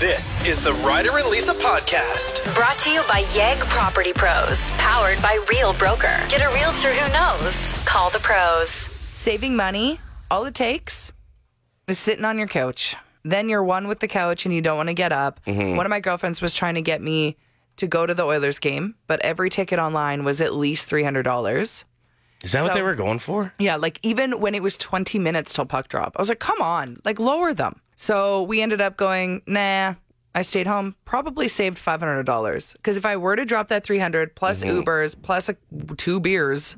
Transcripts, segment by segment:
This is the Ryder and Lisa podcast. Brought to you by Yegg Property Pros, powered by Real Broker. Get a realtor who knows. Call the pros. Saving money, all it takes is sitting on your couch. Then you're one with the couch and you don't want to get up. One of my girlfriends was trying to get me to go to the Oilers game, but every ticket online was at least $300. Is that what So- they were going for? Yeah, like even when it was 20 minutes till puck drop, I was like, come on, like lower them. So we ended up going, nah. I stayed home, probably saved five hundred dollars. Because if I were to drop that three hundred plus Ubers plus a, two beers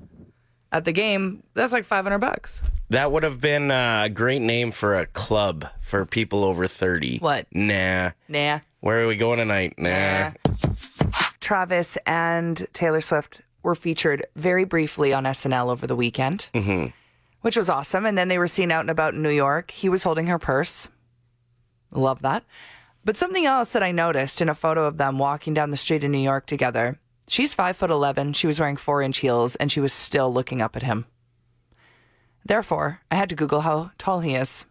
at the game, that's like five hundred bucks. That would have been uh, a great name for a club for people over 30. What? Nah. Nah. Where are we going tonight? Nah. Travis and Taylor Swift were featured very briefly on SNL over the weekend, Mm-hmm. which was awesome. And then they were seen out and about in New York. He was holding her purse. Love that. But something else that I noticed in a photo of them walking down the street in New York together. She's five foot eleven. She was wearing four inch heels, and she was still looking up at him. Therefore, I had to Google how tall he is.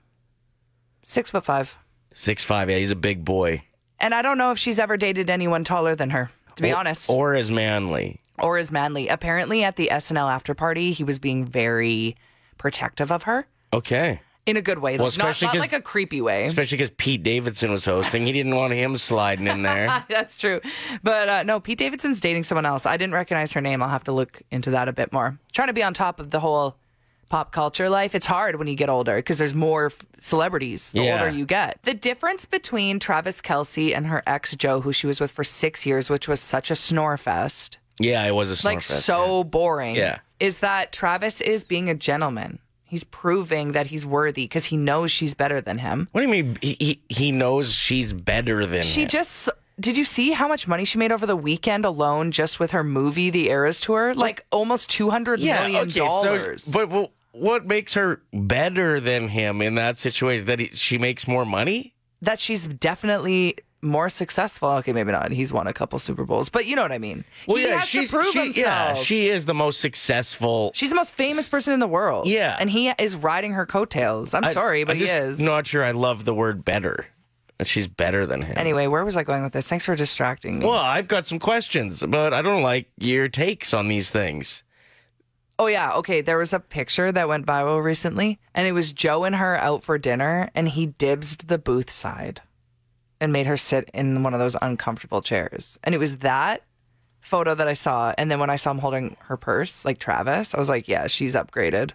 Six foot five. Six five. Yeah, he's a big boy. And I don't know if she's ever dated anyone taller than her. To be Or- honest, Or is manly. or is manly. Apparently, at the SNL after party, he was being very protective of her Okay. in a good way, Well, like, not, especially not 'cause- like a creepy way. Especially because Pete Davidson was hosting. He didn't want him sliding in there. That's true. But uh, no, Pete Davidson's dating someone else. I didn't recognize her name. I'll have to look into that a bit more. Trying to be on top of the whole pop culture life. It's hard when you get older because there's more f- celebrities the Yeah. older you get. The difference between Travis Kelsey and her ex Joe, who she was with for six years, which was such a snore fest, yeah, it was a snore like fest, so boring. Yeah. Is that Travis is being a gentleman. He's proving that he's worthy because he knows she's better than him. What do you mean? He, he, he knows she's better than She him. just did you see how much money she made over the weekend alone just with her movie The Eras Tour? Like almost two hundred million yeah, okay, dollars. So, but, but what makes her better than him in that situation? That he, she makes more money? that she's definitely more successful. Okay, maybe not. He's won a couple Super Bowls, but you know what I mean. he has to prove she, himself. yeah, she is the most successful. She's the most famous person in the world. Yeah. And he is riding her coattails. I'm I- sorry, but I'm he just is. Not sure. I love the word better. That She's better than him. Anyway, where was I going with this? Thanks for distracting me. Well, I've got some questions, but I don't like your takes on these things. Oh yeah, okay. There was a picture that went viral recently, and it was Joe and her out for dinner, and he dibsed the booth side, and made her sit in one of those uncomfortable chairs. And it was that photo that I saw, and then when I saw him holding her purse, like Travis, I was like, yeah, she's upgraded.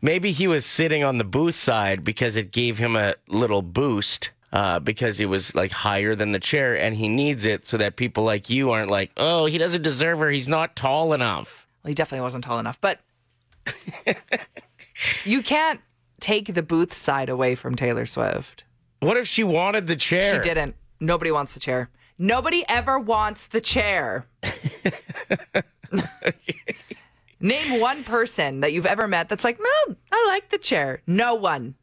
Maybe he was sitting on the booth side because it gave him a little boost. Uh, because he was like higher than the chair and he needs it so that people like you aren't like, oh, he doesn't deserve her. He's not tall enough. Well, he definitely wasn't tall enough, but you can't take the booth side away from Taylor Swift. What if she wanted the chair? She didn't. Nobody wants the chair. Nobody ever wants the chair. Name one person that you've ever met that's like, no, I like the chair. No one.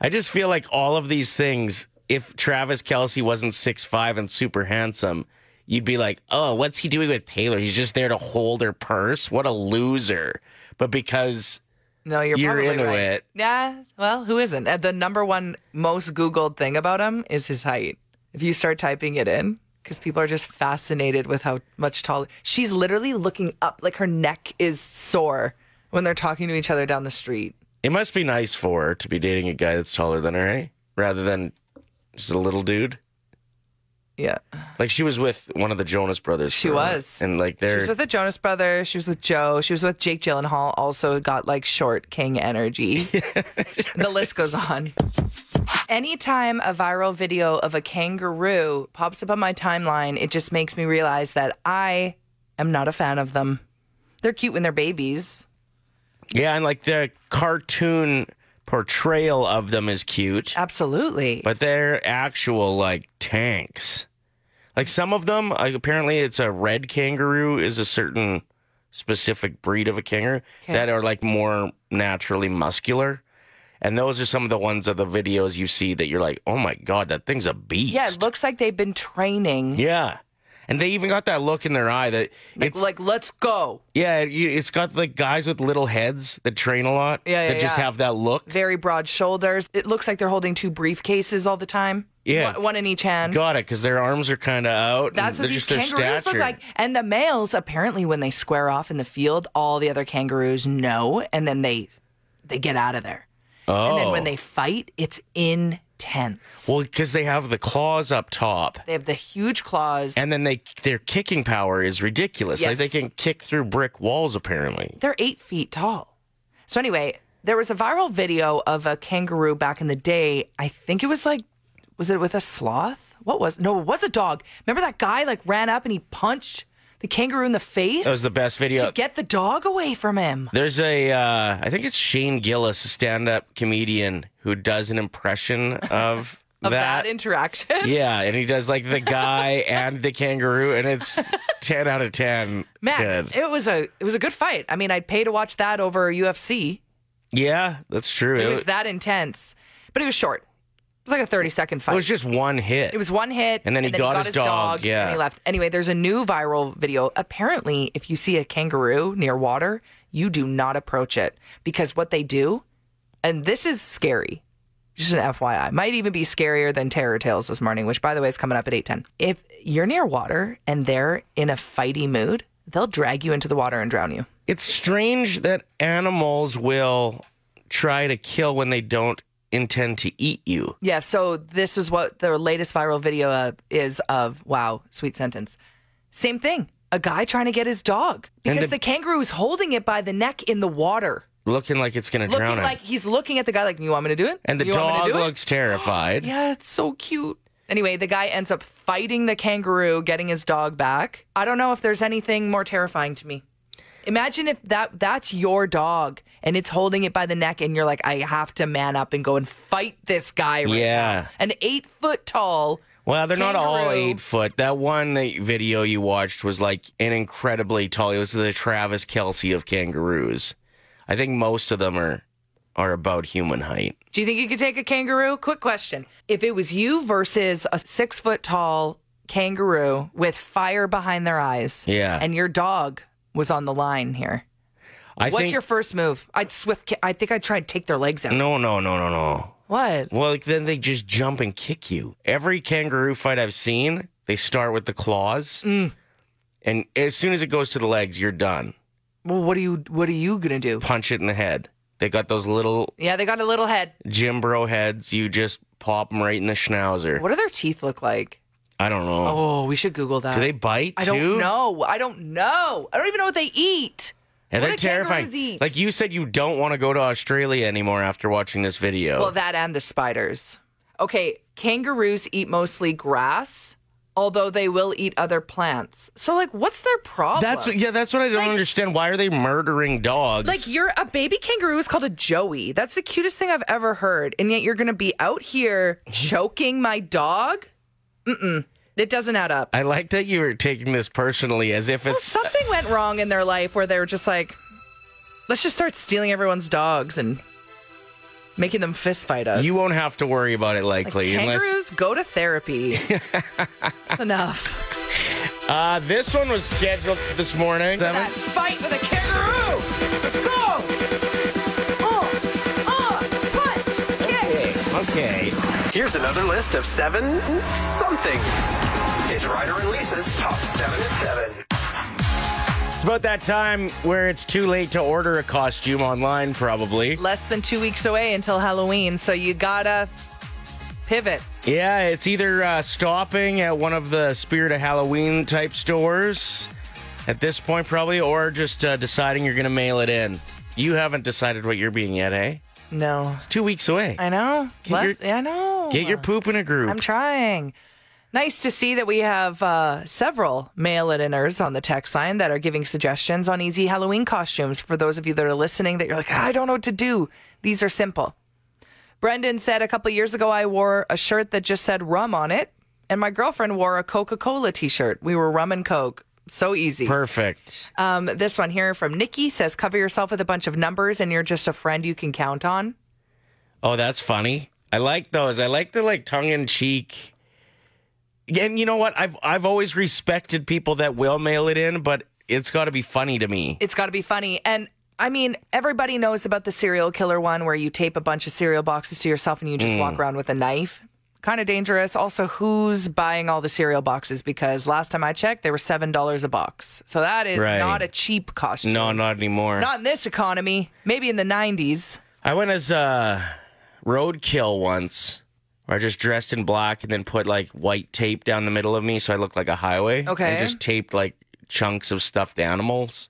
I just feel like all of these things, if Travis Kelsey wasn't six five and super handsome, you'd be like, oh, what's he doing with Taylor? He's just there to hold her purse. What a loser. But because No, you're, You're probably into right. it. Yeah. Well, who isn't? Uh, The number one most Googled thing about him is his height. If you start typing it in, because people are just fascinated with how much taller she's literally looking up, like her neck is sore when they're talking to each other down the street. it must be nice for her to be dating a guy that's taller than her, eh? Rather than just a little dude. Yeah. Like she was with one of the Jonas brothers. She for a minute, was. And like She they're was with the Jonas Brothers. She was with Joe. She was with Jake Gyllenhaal. Also got like short king energy. the list goes on. Anytime a viral video of a kangaroo pops up on my timeline, it just makes me realize that I am not a fan of them. They're cute when they're babies. Yeah, and like the cartoon portrayal of them is cute. Absolutely. but they're actual like tanks. Like some of them, like apparently it's a red kangaroo is a certain specific breed of a kangaroo Okay. that are like more naturally muscular. And those are some of the ones of the videos you see that you're like, "Oh my god, that thing's a beast." yeah, it looks like they've been training. Yeah. And they even got that look in their eye that Like, it's like, let's go. yeah, you- it's got like guys with little heads that train a lot Yeah, yeah, that just yeah. have that look. Very broad shoulders. It looks like they're holding two briefcases all the time. Yeah. One, one in each hand. Got it, because their arms are kind of out. and That's what they're these just their kangaroos look stature. like. And the males, apparently, when they square off in the field, all the other kangaroos know, and then they they get out of there. Oh. And then when they fight, it's intense. well, because they have the claws up top, they have the huge claws. and then they their kicking power is ridiculous. Like Yes. they can kick through brick walls, apparently. They're eight feet tall. So anyway, there was a viral video of a kangaroo back in the day. I think it was like, was it with a sloth? What was? No, it was a dog. Remember that guy like ran up and he punched the kangaroo in the face That was the uh, best video. to get the dog away from him. There's a, uh, I think it's Shane Gillis, a stand-up comedian who does an impression of, Of that, interaction, yeah, and he does like the guy and the kangaroo, and it's ten out of ten. man, Good. it was a it was a good fight. I mean, I'd pay to watch that over UFC. yeah, that's true. It was that intense, but it was short. It was like a thirty second fight. it was just one hit. It was one hit, And then he got his dog, yeah. and he left. Anyway, there's a new viral video. Apparently, if you see a kangaroo near water, you do not approach it because what they do, and this is scary. Just an FYI, might even be scarier than Terror Tales this morning, which by the way is coming up at eight ten. If you're near water and they're in a fighty mood, they'll drag you into the water and drown you. It's strange that animals will try to kill when they don't intend to eat you. Yeah, so this is what the latest viral video uh, is of. Wow, sweet sentence. Same thing. A guy trying to get his dog And because the- the, kangaroo is holding it by the neck in the water, Looking like it's going to looking drown him. like he's looking at the guy like, "You want me to do it?" and the you want dog me to do it?" looks terrified. Yeah, it's so cute. Anyway, the guy ends up fighting the kangaroo, getting his dog back. I don't know if there's anything more terrifying to me. Imagine if that that's your dog and it's holding it by the neck and you're like, I have to man up and go and fight this guy right Yeah. now. An eight foot tall Well, they're not all Kangaroo. eight foot. That one that video you watched was like an incredibly tall. It was the Travis Kelsey of kangaroos. I think most of them are are about human height. Do you think you could take a kangaroo? Quick question. If it was you versus a six foot tall kangaroo with fire behind their eyes, Yeah. and your dog was on the line here, I what's think, your first move? I'd swift. Ki- I think I'd try and take their legs out. No, no, no, no, no. What? Well, like, then they just jump and kick you. Every kangaroo fight I've seen, they start with the claws, Mm. and as soon as it goes to the legs, you're done. Well, what are you? What are you gonna do? Punch it in the head. They got those little Yeah, they got a little head. Jim Bro heads. You just pop them right in the schnauzer. What do their teeth look like? I don't know. Oh, we should Google that. Do they bite I too? don't know. I don't know. I don't even know what they eat. And What they're do kangaroos terrifying. eat? Like you said, you don't want to go to Australia anymore after watching this video. Well, that and the spiders. Okay, kangaroos eat mostly grass, although they will eat other plants. So, like, what's their problem? that's yeah. That's what I don't Like- understand. Why are they murdering dogs? like you're a baby kangaroo is called a joey. That's the cutest thing I've ever heard, and yet you're gonna be out here choking my dog. Mm-mm. It doesn't add up. I like that you were taking this personally, as if it's Something went wrong in their life where they were just like, let's just start stealing everyone's dogs and making them fist fight us. you won't have to worry about it likely Kangaroos unless go to therapy. That's enough. uh, this one was scheduled this morning. that fight with a kangaroo. Let's go. Oh, oh, punch, kick. Okay. Here's another list of seven somethings. It's Ryder and Lisa's top seven and seven. It's about that time where it's too late to order a costume online, probably. Less than two weeks away until Halloween, so you gotta pivot. Yeah, it's either uh, stopping at one of the Spirit of Halloween type stores at this point, probably, or just uh, deciding you're going to mail it in. You haven't decided what you're being yet, eh? No, It's two weeks away. I know. Get your- Less- I know. Get your poop in a group. I'm trying. Nice to see that we have uh, several mail it inners on the text line that are giving suggestions on easy Halloween costumes. For those of you that are listening, that you're like, I don't know what to do. These are simple. Brendan said a couple years ago, I wore a shirt that just said rum on it, and my girlfriend wore a Coca Cola t shirt. We were rum and Coke. So easy. Perfect. Um, this one here from Nikki says, Cover yourself with a bunch of numbers, and you're just a friend you can count on. Oh, that's funny. I like those. I like the like tongue in cheek. And you know what? I've I've always respected people that will mail it in, but it's got to be funny to me. it's got to be funny. And I mean, everybody Mm. knows about the serial killer one where you tape a bunch of cereal boxes to yourself and you just walk around with a knife. kind of dangerous. Also, who's buying all the cereal boxes? Because last time I checked, they were $7 a box. So that is Right. not a cheap costume. No, not anymore. Not in this economy. Maybe in the 90s. I went as uh, roadkill once, where I just dressed in black and then put like white tape down the middle of me so I looked like a highway. Okay. And just taped like chunks of stuffed animals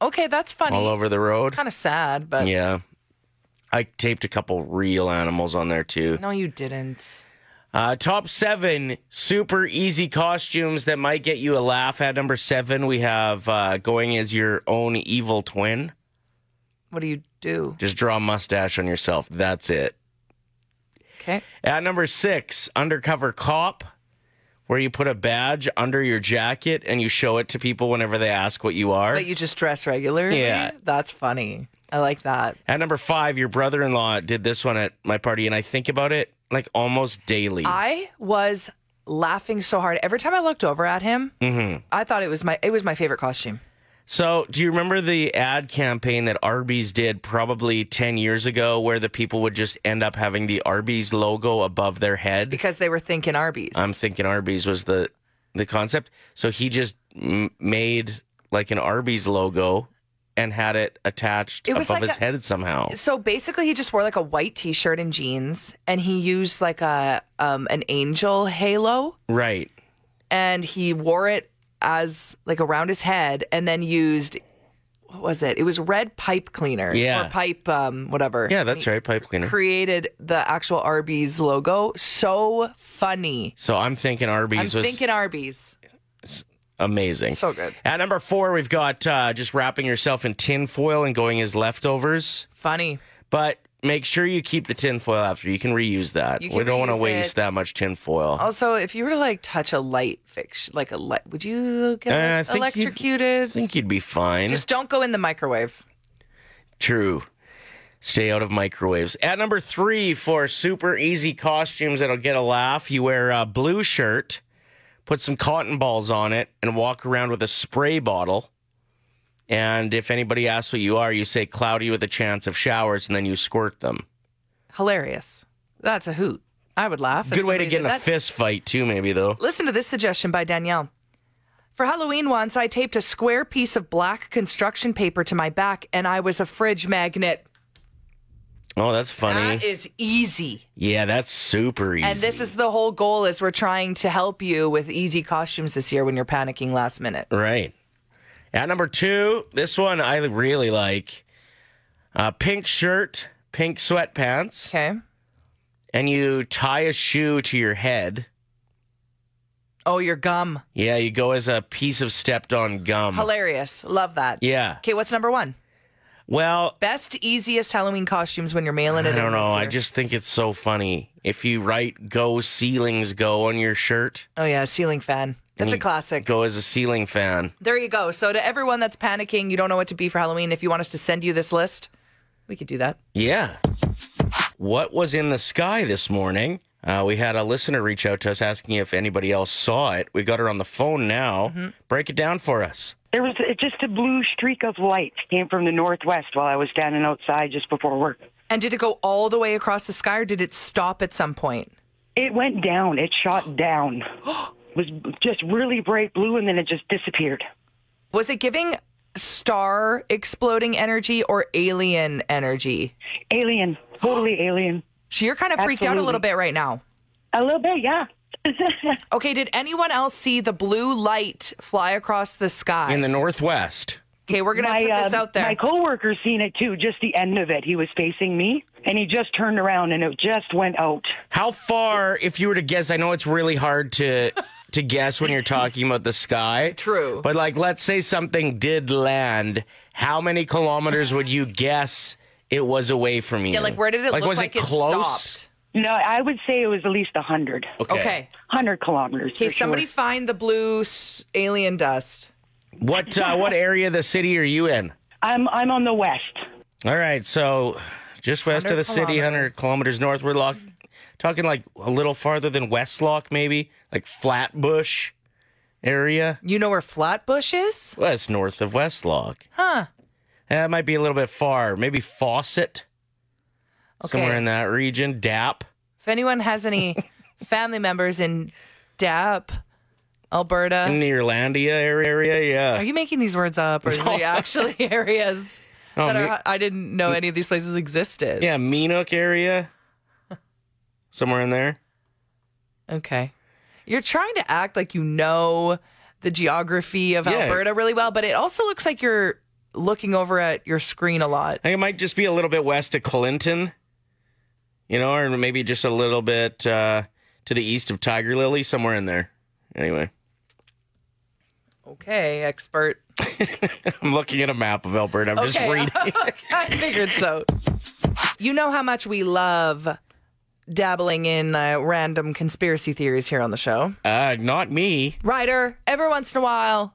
Okay, that's funny. all over the road. Kind of sad, but Yeah. I taped a couple real animals on there too. no, you didn't. Uh, top seven super easy costumes that might get you a laugh. At number seven, we have uh, going as your own evil twin. What do you do? Just draw a mustache on yourself. That's it. Okay. At number six, undercover cop, where you put a badge under your jacket and you show it to people whenever they ask what you are. But you just dress regularly? Yeah. That's funny. I like that. at number five, your brother in law did this one at my party, and I think about it like almost daily. I was laughing so hard every time I looked over at him. Mm. Mm-hmm. I thought it was my it was my favorite costume. So, do you remember the ad campaign that Arby's did probably 10 years ago where the people would just end up having the Arby's logo above their head? because they were thinking Arby's. I'm thinking Arby's was the the concept. So he just m- made like an Arby's logo and had it attached It was above like his a- head somehow. so basically, he just wore like a white T-shirt and jeans, and he used like a um, an angel halo, Right. and he wore it as like around his head, and then used what was it? It was red pipe cleaner, Yeah. or pipe um, whatever. Yeah, that's right. Pipe cleaner. Created the actual Arby's logo. So funny. So I'm thinking I'm Arby's was thinking Arby's. amazing. So good. At number four, we've got uh, just wrapping yourself in tinfoil and going as leftovers. Funny. But make sure you keep the tinfoil after. You can reuse that. You we can don't want to reuse waste it. that much tinfoil. Also, if you were to like touch a light fix, like a light, would you get Uh, I like, think you'd- electrocuted? I think you'd be fine. Just don't go in the microwave. True. Stay out of microwaves. At number three for super easy costumes that'll get a laugh, you wear a blue shirt, put some cotton balls on it, and walk around with a spray bottle. And if anybody asks what you are, you say cloudy with a chance of showers, and then you squirt them. Hilarious. That's a hoot. I would laugh. if Good way to somebody get did in a that. fist fight, too, maybe, though. Listen to this suggestion by Danielle. For Halloween once, I taped a square piece of black construction paper to my back, and I was a fridge magnet. Oh, that's funny. That is easy. yeah, that's super easy. And this is the whole goal: is we're trying to help you with easy costumes this year when you're panicking last minute. Right. At number two, this one I really like. Uh, pink shirt, pink sweatpants, Okay. and you tie a shoe to your head. Oh, your gum. Yeah, you go as a piece of stepped on gum. Hilarious. Love that. Yeah. Okay, what's number one? Well, Best, easiest Halloween costumes when you're mailing it I in. don't this know. I year. just think it's so funny. If you write go ceilings go on your shirt, Oh, yeah, ceiling fan. That's a you classic. Mm, go as a ceiling fan. There you go. So, to everyone that's panicking, you don't know what to be for Halloween, if you want us to send you this list, we could do that. Yeah. What was in the sky this morning? Uh, we had a listener reach out to us asking if anybody else saw it. We got her on the phone now. Break it down for us. There was uh, just a blue streak of light came from the northwest while I was standing outside just before work. And did it go all the way across the sky or did it stop at some point? It went down. It shot down. It was just really bright blue, and then it just disappeared. Was it giving star exploding energy or alien energy? Alien, totally alien. So, you're kind of freaked out a little Absolutely. bit right now. A little bit, yeah. Okay, did anyone else see the blue light fly across the sky? In the Northwest. okay, we're going to My, put this uh, out there. My coworker seen it too. Just the end of it. He was facing me, and he just turned around, and it just went out. How far, if you were to guess, I know it's really hard to to guess when you're talking about the sky. True. But like let's say something did land, how many kilometers would you guess it was away from you? Yeah, like where did it look was like it close? stopped? No, I would say it was at least a hundred. Okay. Okay. Hundred kilometers. Okay, for somebody Sure. find the blue s- alien dust. What uh, what area of the city are you in? I'm I'm on the west. All right, so just west of 100 the city, 100 kilometers north, we're lock, talking like a little farther than Westlock, maybe like Flatbush area. You know where Flatbush is? Well, that's north of Westlock. Huh. That might be a little bit far. Maybe Fawcett, Okay. somewhere in that region. Dap. If anyone has any family members in Dap, Alberta. in the Irlandia area, area, Uh. Are yeah. you making these words up, or is No. it actually areas Oh, that me- are, I didn't know any of these places existed? yeah, Minook area. Somewhere in there. Okay. You're trying to act like you know the geography of Yeah. Alberta really well, but it also looks like you're looking over at your screen a lot. I think it might just be a little bit west of Clinton, you know, or maybe just a little bit uh, to the east of Tiger Lily, somewhere in there. Anyway, Okay, expert. I'm looking at a map of Alberta. I'm just okay. reading. I figured so. You know how much we love dabbling in uh, random conspiracy theories here on the show. Uh, not me. Ryder, every once in a while,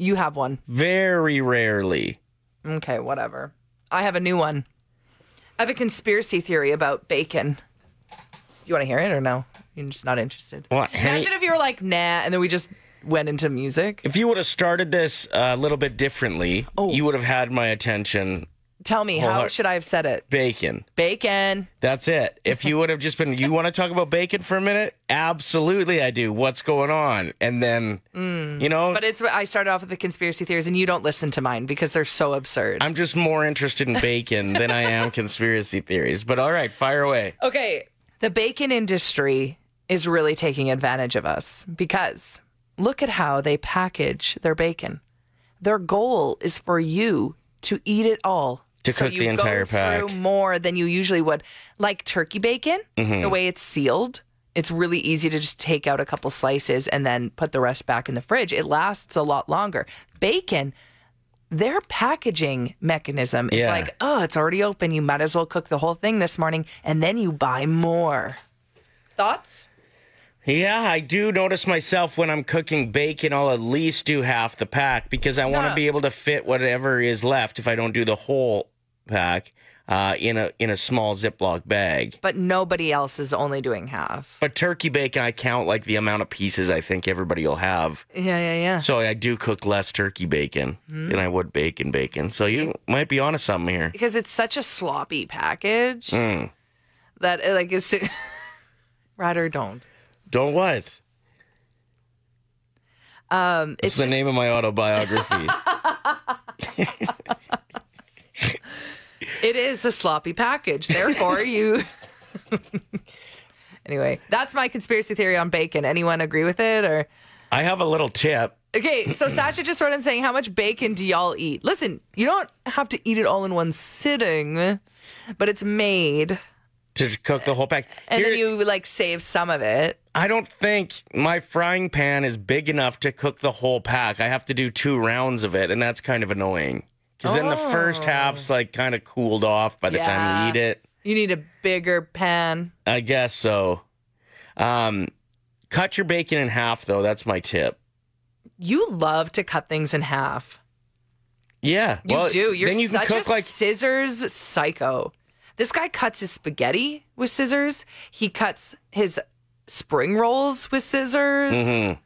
you have one. Very rarely. Okay, whatever. I have a new one. I have a conspiracy theory about bacon. Do you want to hear it or no? You're just not interested. What? Henny- Imagine if you were like, nah, and then we just went into music. if you would have started this uh, a little bit differently, Oh. you would have had my attention. Tell me, Well, how I- should I have said it? Bacon. Bacon. That's it. If you would have just been, you want to talk about bacon for a minute? Absolutely, I do. What's going on? And then, you know, Mm. But it's I started off with the conspiracy theories, and you don't listen to mine because they're so absurd. I'm just more interested in bacon than I am conspiracy theories. But all right, fire away. Okay. The bacon industry is really taking advantage of us because look at how they package their bacon. Their goal is for you to eat it all. To cook you the entire go through pack. more than you usually would. Like turkey bacon, Mm-hmm. the way it's sealed, it's really easy to just take out a couple slices and then put the rest back in the fridge. It lasts a lot longer. Bacon, their packaging mechanism is Yeah. like, oh, it's already open. You might as well cook the whole thing this morning and then you buy more. Thoughts? Yeah, I do notice myself when I'm cooking bacon, I'll at least do half the pack because I want to No. be able to fit whatever is left if I don't do the whole pack uh, in a in a small Ziploc bag. But nobody else is only doing half. But turkey bacon, I count like the amount of pieces I think everybody will have. Yeah, yeah, yeah. So I do cook less turkey bacon than I would bacon bacon. So you might be onto something here. Because it's such a sloppy package that uh, like is Ryder don't. Don't what? Um It's it's the just- name of my autobiography. it is a sloppy package. Therefore you Anyway, that's my conspiracy theory on bacon. Anyone agree with it or I have a little tip. Okay, so Sasha just wrote in saying, How much bacon do y'all eat? Listen, you don't have to eat it all in one sitting, but it's made. to cook the whole pack. And Here- then you like save some of it. I don't think my frying pan is big enough to cook the whole pack. I have to do two rounds of it, and that's kind of annoying. Because then the first half's like kind of cooled off by the time Oh. Yeah. you eat it. You need a bigger pan. I guess so. Um, cut your bacon in half, though. That's my tip. You love to cut things in half. Yeah, You well, do. You're then you can such cook a like scissors psycho. This guy cuts his spaghetti with scissors. He cuts his spring rolls with scissors.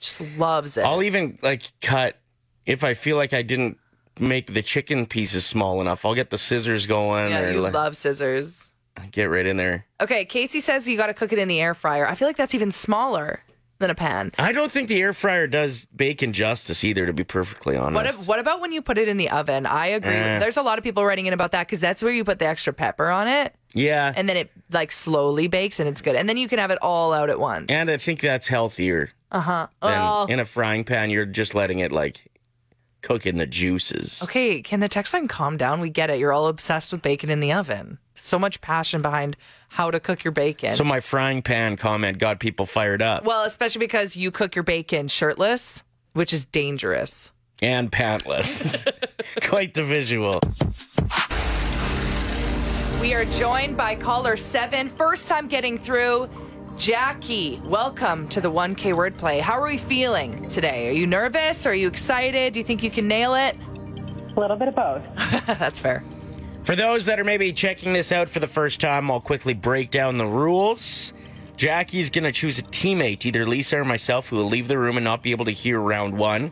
Just loves it. Mm-hmm. I'll even like cut if I feel like I didn't make the chicken pieces small enough. I'll get the scissors going yeah, or you like, love scissors. get right in there. Okay, Casey says you got to cook it in the air fryer. I feel like that's even smaller than a pan. I don't think the air fryer does bacon justice either, to be perfectly honest. What, if, what about when you put it in the oven? I agree. with- Eh. There's a lot of people writing in about that because that's where you put the extra pepper on it, yeah, and, and then it like slowly bakes and it's good. And then you can have it all out at once. I think that's healthier Uh huh. than Oh. in a frying pan. You're just letting it like cook in the juices. Okay, can the text line calm down? We get it. You're all obsessed with bacon in the oven. So much passion behind how to cook your bacon. So my frying pan comment got people fired up well, especially because you cook your bacon shirtless, which is dangerous. and pantless. Quite the visual. We are joined by caller seven, first time getting through. Jackie, welcome to the 1K wordplay. How are we feeling today? Are you nervous? Are you excited? Do you think you can nail it? A little bit of both. That's fair. For those that are maybe checking this out for the first time, I'll quickly break down the rules. Jackie's going to choose a teammate, either Lisa or myself, who will leave the room and not be able to hear round one.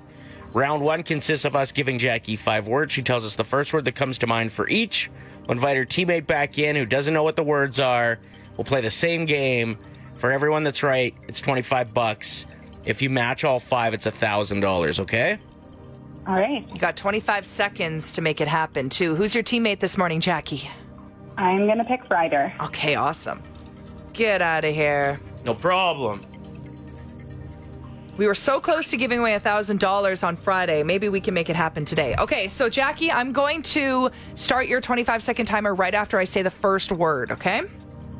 Round one consists of us giving Jackie five words. She tells us the first word that comes to mind for each. We'll invite her teammate back in who doesn't know what the words are. We'll play the same game. For everyone that's right, it's 25 bucks. If you match all five, it's a $1,000, okay? All right. You got 25 seconds to make it happen, too. Who's your teammate this morning, Jackie? I'm going to pick Ryder. Okay, awesome. Get out of here. No problem. We were so close to giving away $1,000 on Friday. Maybe we can make it happen today. Okay, so Jackie, I'm going to start your 25 second timer right after I say the first word, okay?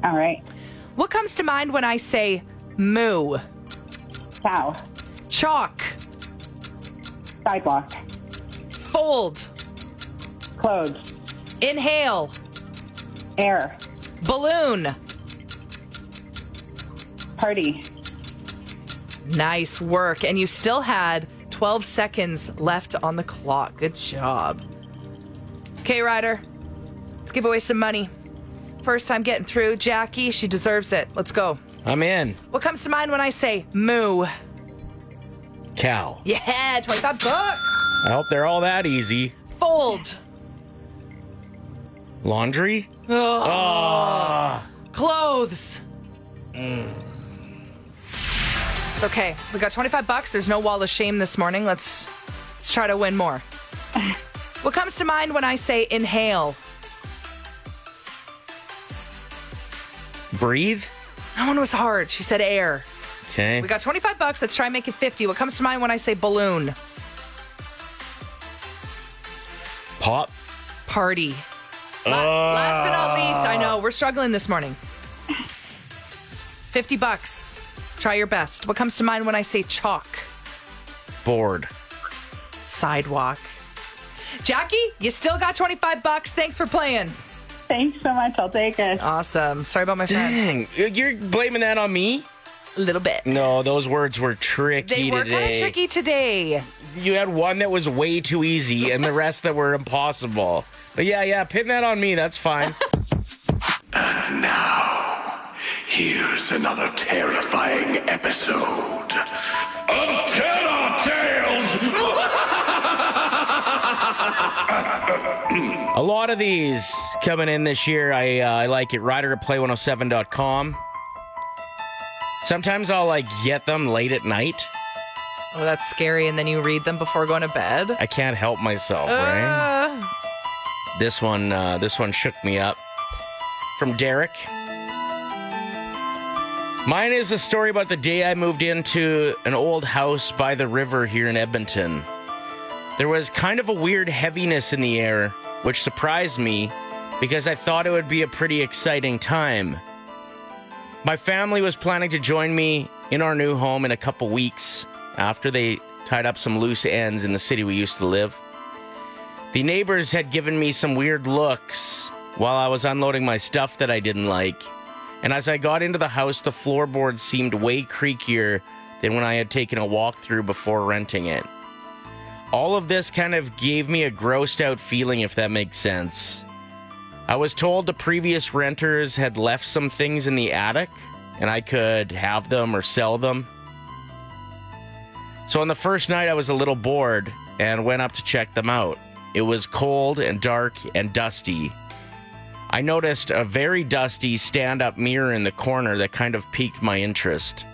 All right. What comes to mind when I say moo? Cow. Chalk, Sidewalk. fold, Clothes. inhale, Air. balloon. Party. Nice work. And you still had 12 seconds left on the clock. Good job. Okay, Ryder, let's give away some money. First time getting through. Jackie, she deserves it. Let's go. I'm in. What comes to mind when I say moo? Cow. Yeah, 25 bucks. I hope they're all that easy. Fold. Laundry? Clothes. It's okay. We got 25 bucks. There's no wall of shame this morning. Let's let's try to win more. what comes to mind when I say inhale? Breathe? That one was hard. She said air. Okay. We got 25 bucks. Let's try and make it 50. What comes to mind when I say balloon? Pop? Party. La- last but not least, I know we're struggling this morning. 50 bucks. Try your best. What comes to mind when I say chalk? Board. Sidewalk. Jackie, you still got 25 bucks. Thanks for playing. Thanks so much. I'll take it. Awesome. Sorry about my friend. Dang. You're blaming that on me? A little bit. No, those words were tricky They were kind of today. tricky today. You had one that was way too easy and the rest that were impossible. But yeah, yeah, pin that on me. That's fine. Here's another terrifying episode of Terror Tales. A lot of these coming in this year. I uh, I like it. Rider to play107.com. Sometimes I'll like get them late at night. Oh, that's scary. And then you read them before going to bed. I can't help myself, right? Uh, This one, uh, this one shook me up. From Derek. Mine is the story about the day I moved into an old house by the river here in Edmonton. There was kind of a weird heaviness in the air, which surprised me because I thought it would be a pretty exciting time. My family was planning to join me in our new home in a couple weeks after they tied up some loose ends in the city we used to live. The neighbors had given me some weird looks while I was unloading my stuff that I didn't like. And as I got into the house, the floorboard seemed way creakier than when I had taken a walk through before renting it. All of this kind of gave me a grossed out feeling, if that makes sense. I was told the previous renters had left some things in the attic and I could have them or sell them. So on the first night, I was a little bored and went up to check them out. It was cold and dark and dusty. I noticed a very dusty stand up mirror in the corner that kind of piqued my interest.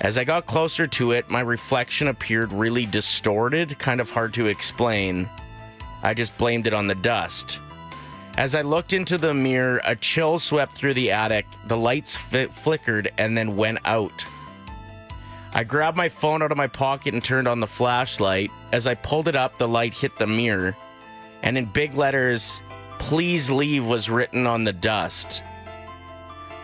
As I got closer to it, my reflection appeared really distorted, kind of hard to explain. I just blamed it on the dust. As I looked into the mirror, a chill swept through the attic. The lights fi flickered and then went out. I grabbed my phone out of my pocket and turned on the flashlight. As I pulled it up, the light hit the mirror, and in big letters, Please leave was written on the dust.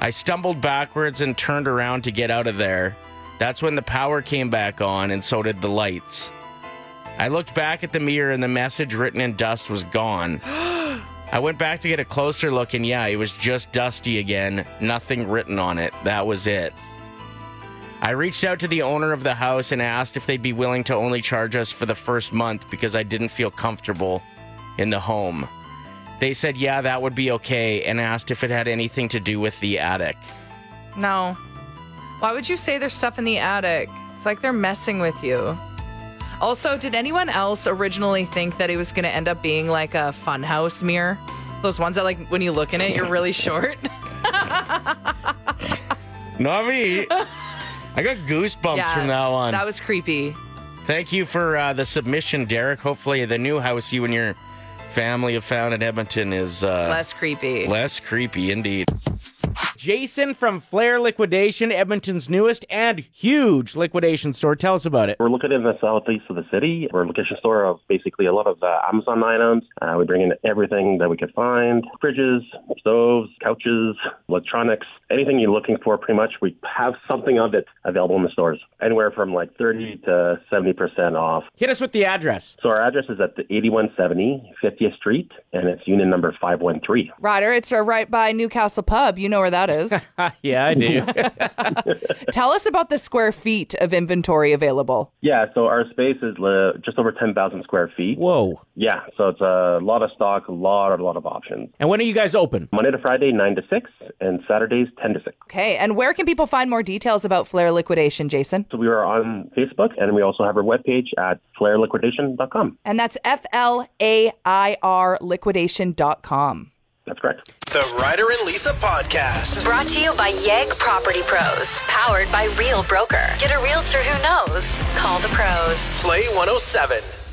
I stumbled backwards and turned around to get out of there. That's when the power came back on, and so did the lights. I looked back at the mirror, and the message written in dust was gone. I went back to get a closer look, and yeah, it was just dusty again. Nothing written on it. That was it. I reached out to the owner of the house and asked if they'd be willing to only charge us for the first month because I didn't feel comfortable in the home. They said, yeah, that would be okay, and asked if it had anything to do with the attic. no. Why would you say there's stuff in the attic? It's like they're messing with you. Also, did anyone else originally think that it was going to end up being like a funhouse mirror? Those ones that, like, when you look in it, you're really short. Not me. I got goosebumps from that one. That was creepy. Thank you for uh, the submission, Derek. Hopefully, the new house you and your family have found in Edmonton is uh, Less creepy. less creepy indeed. Jason from Flair Liquidation, Edmonton's newest and huge liquidation store. Tell us about it. We're located in the southeast of the city. We're a location store of basically a lot of uh, Amazon items. Uh, we bring in everything that we could find fridges, stoves, couches, electronics, anything you're looking for, pretty much. We have something of it available in the stores, anywhere from like 30 to 70% off. Hit us with the address. So our address is at the 8170 50th Street, and it's unit number 513. Ryder, it's uh, right by Newcastle Pub. You know where that is. yeah, I do. Tell us about the square feet of inventory available. Yeah, so our space is uh, just over 10,000 square feet. Whoa. Yeah, so it's a lot of stock, a lot, a lot of options. And when are you guys open? Monday to Friday, 9 to 6, and Saturdays, 10 to 6. Okay, and where can people find more details about Flair liquidation, Jason? So we are on Facebook, and we also have our webpage at flairliquidation.com. And that's F L A I R liquidation.com. That's correct. The Ryder and Lisa podcast. Brought to you by Yegg Property Pros. Powered by Real Broker. Get a realtor who knows. Call the pros. Play 107.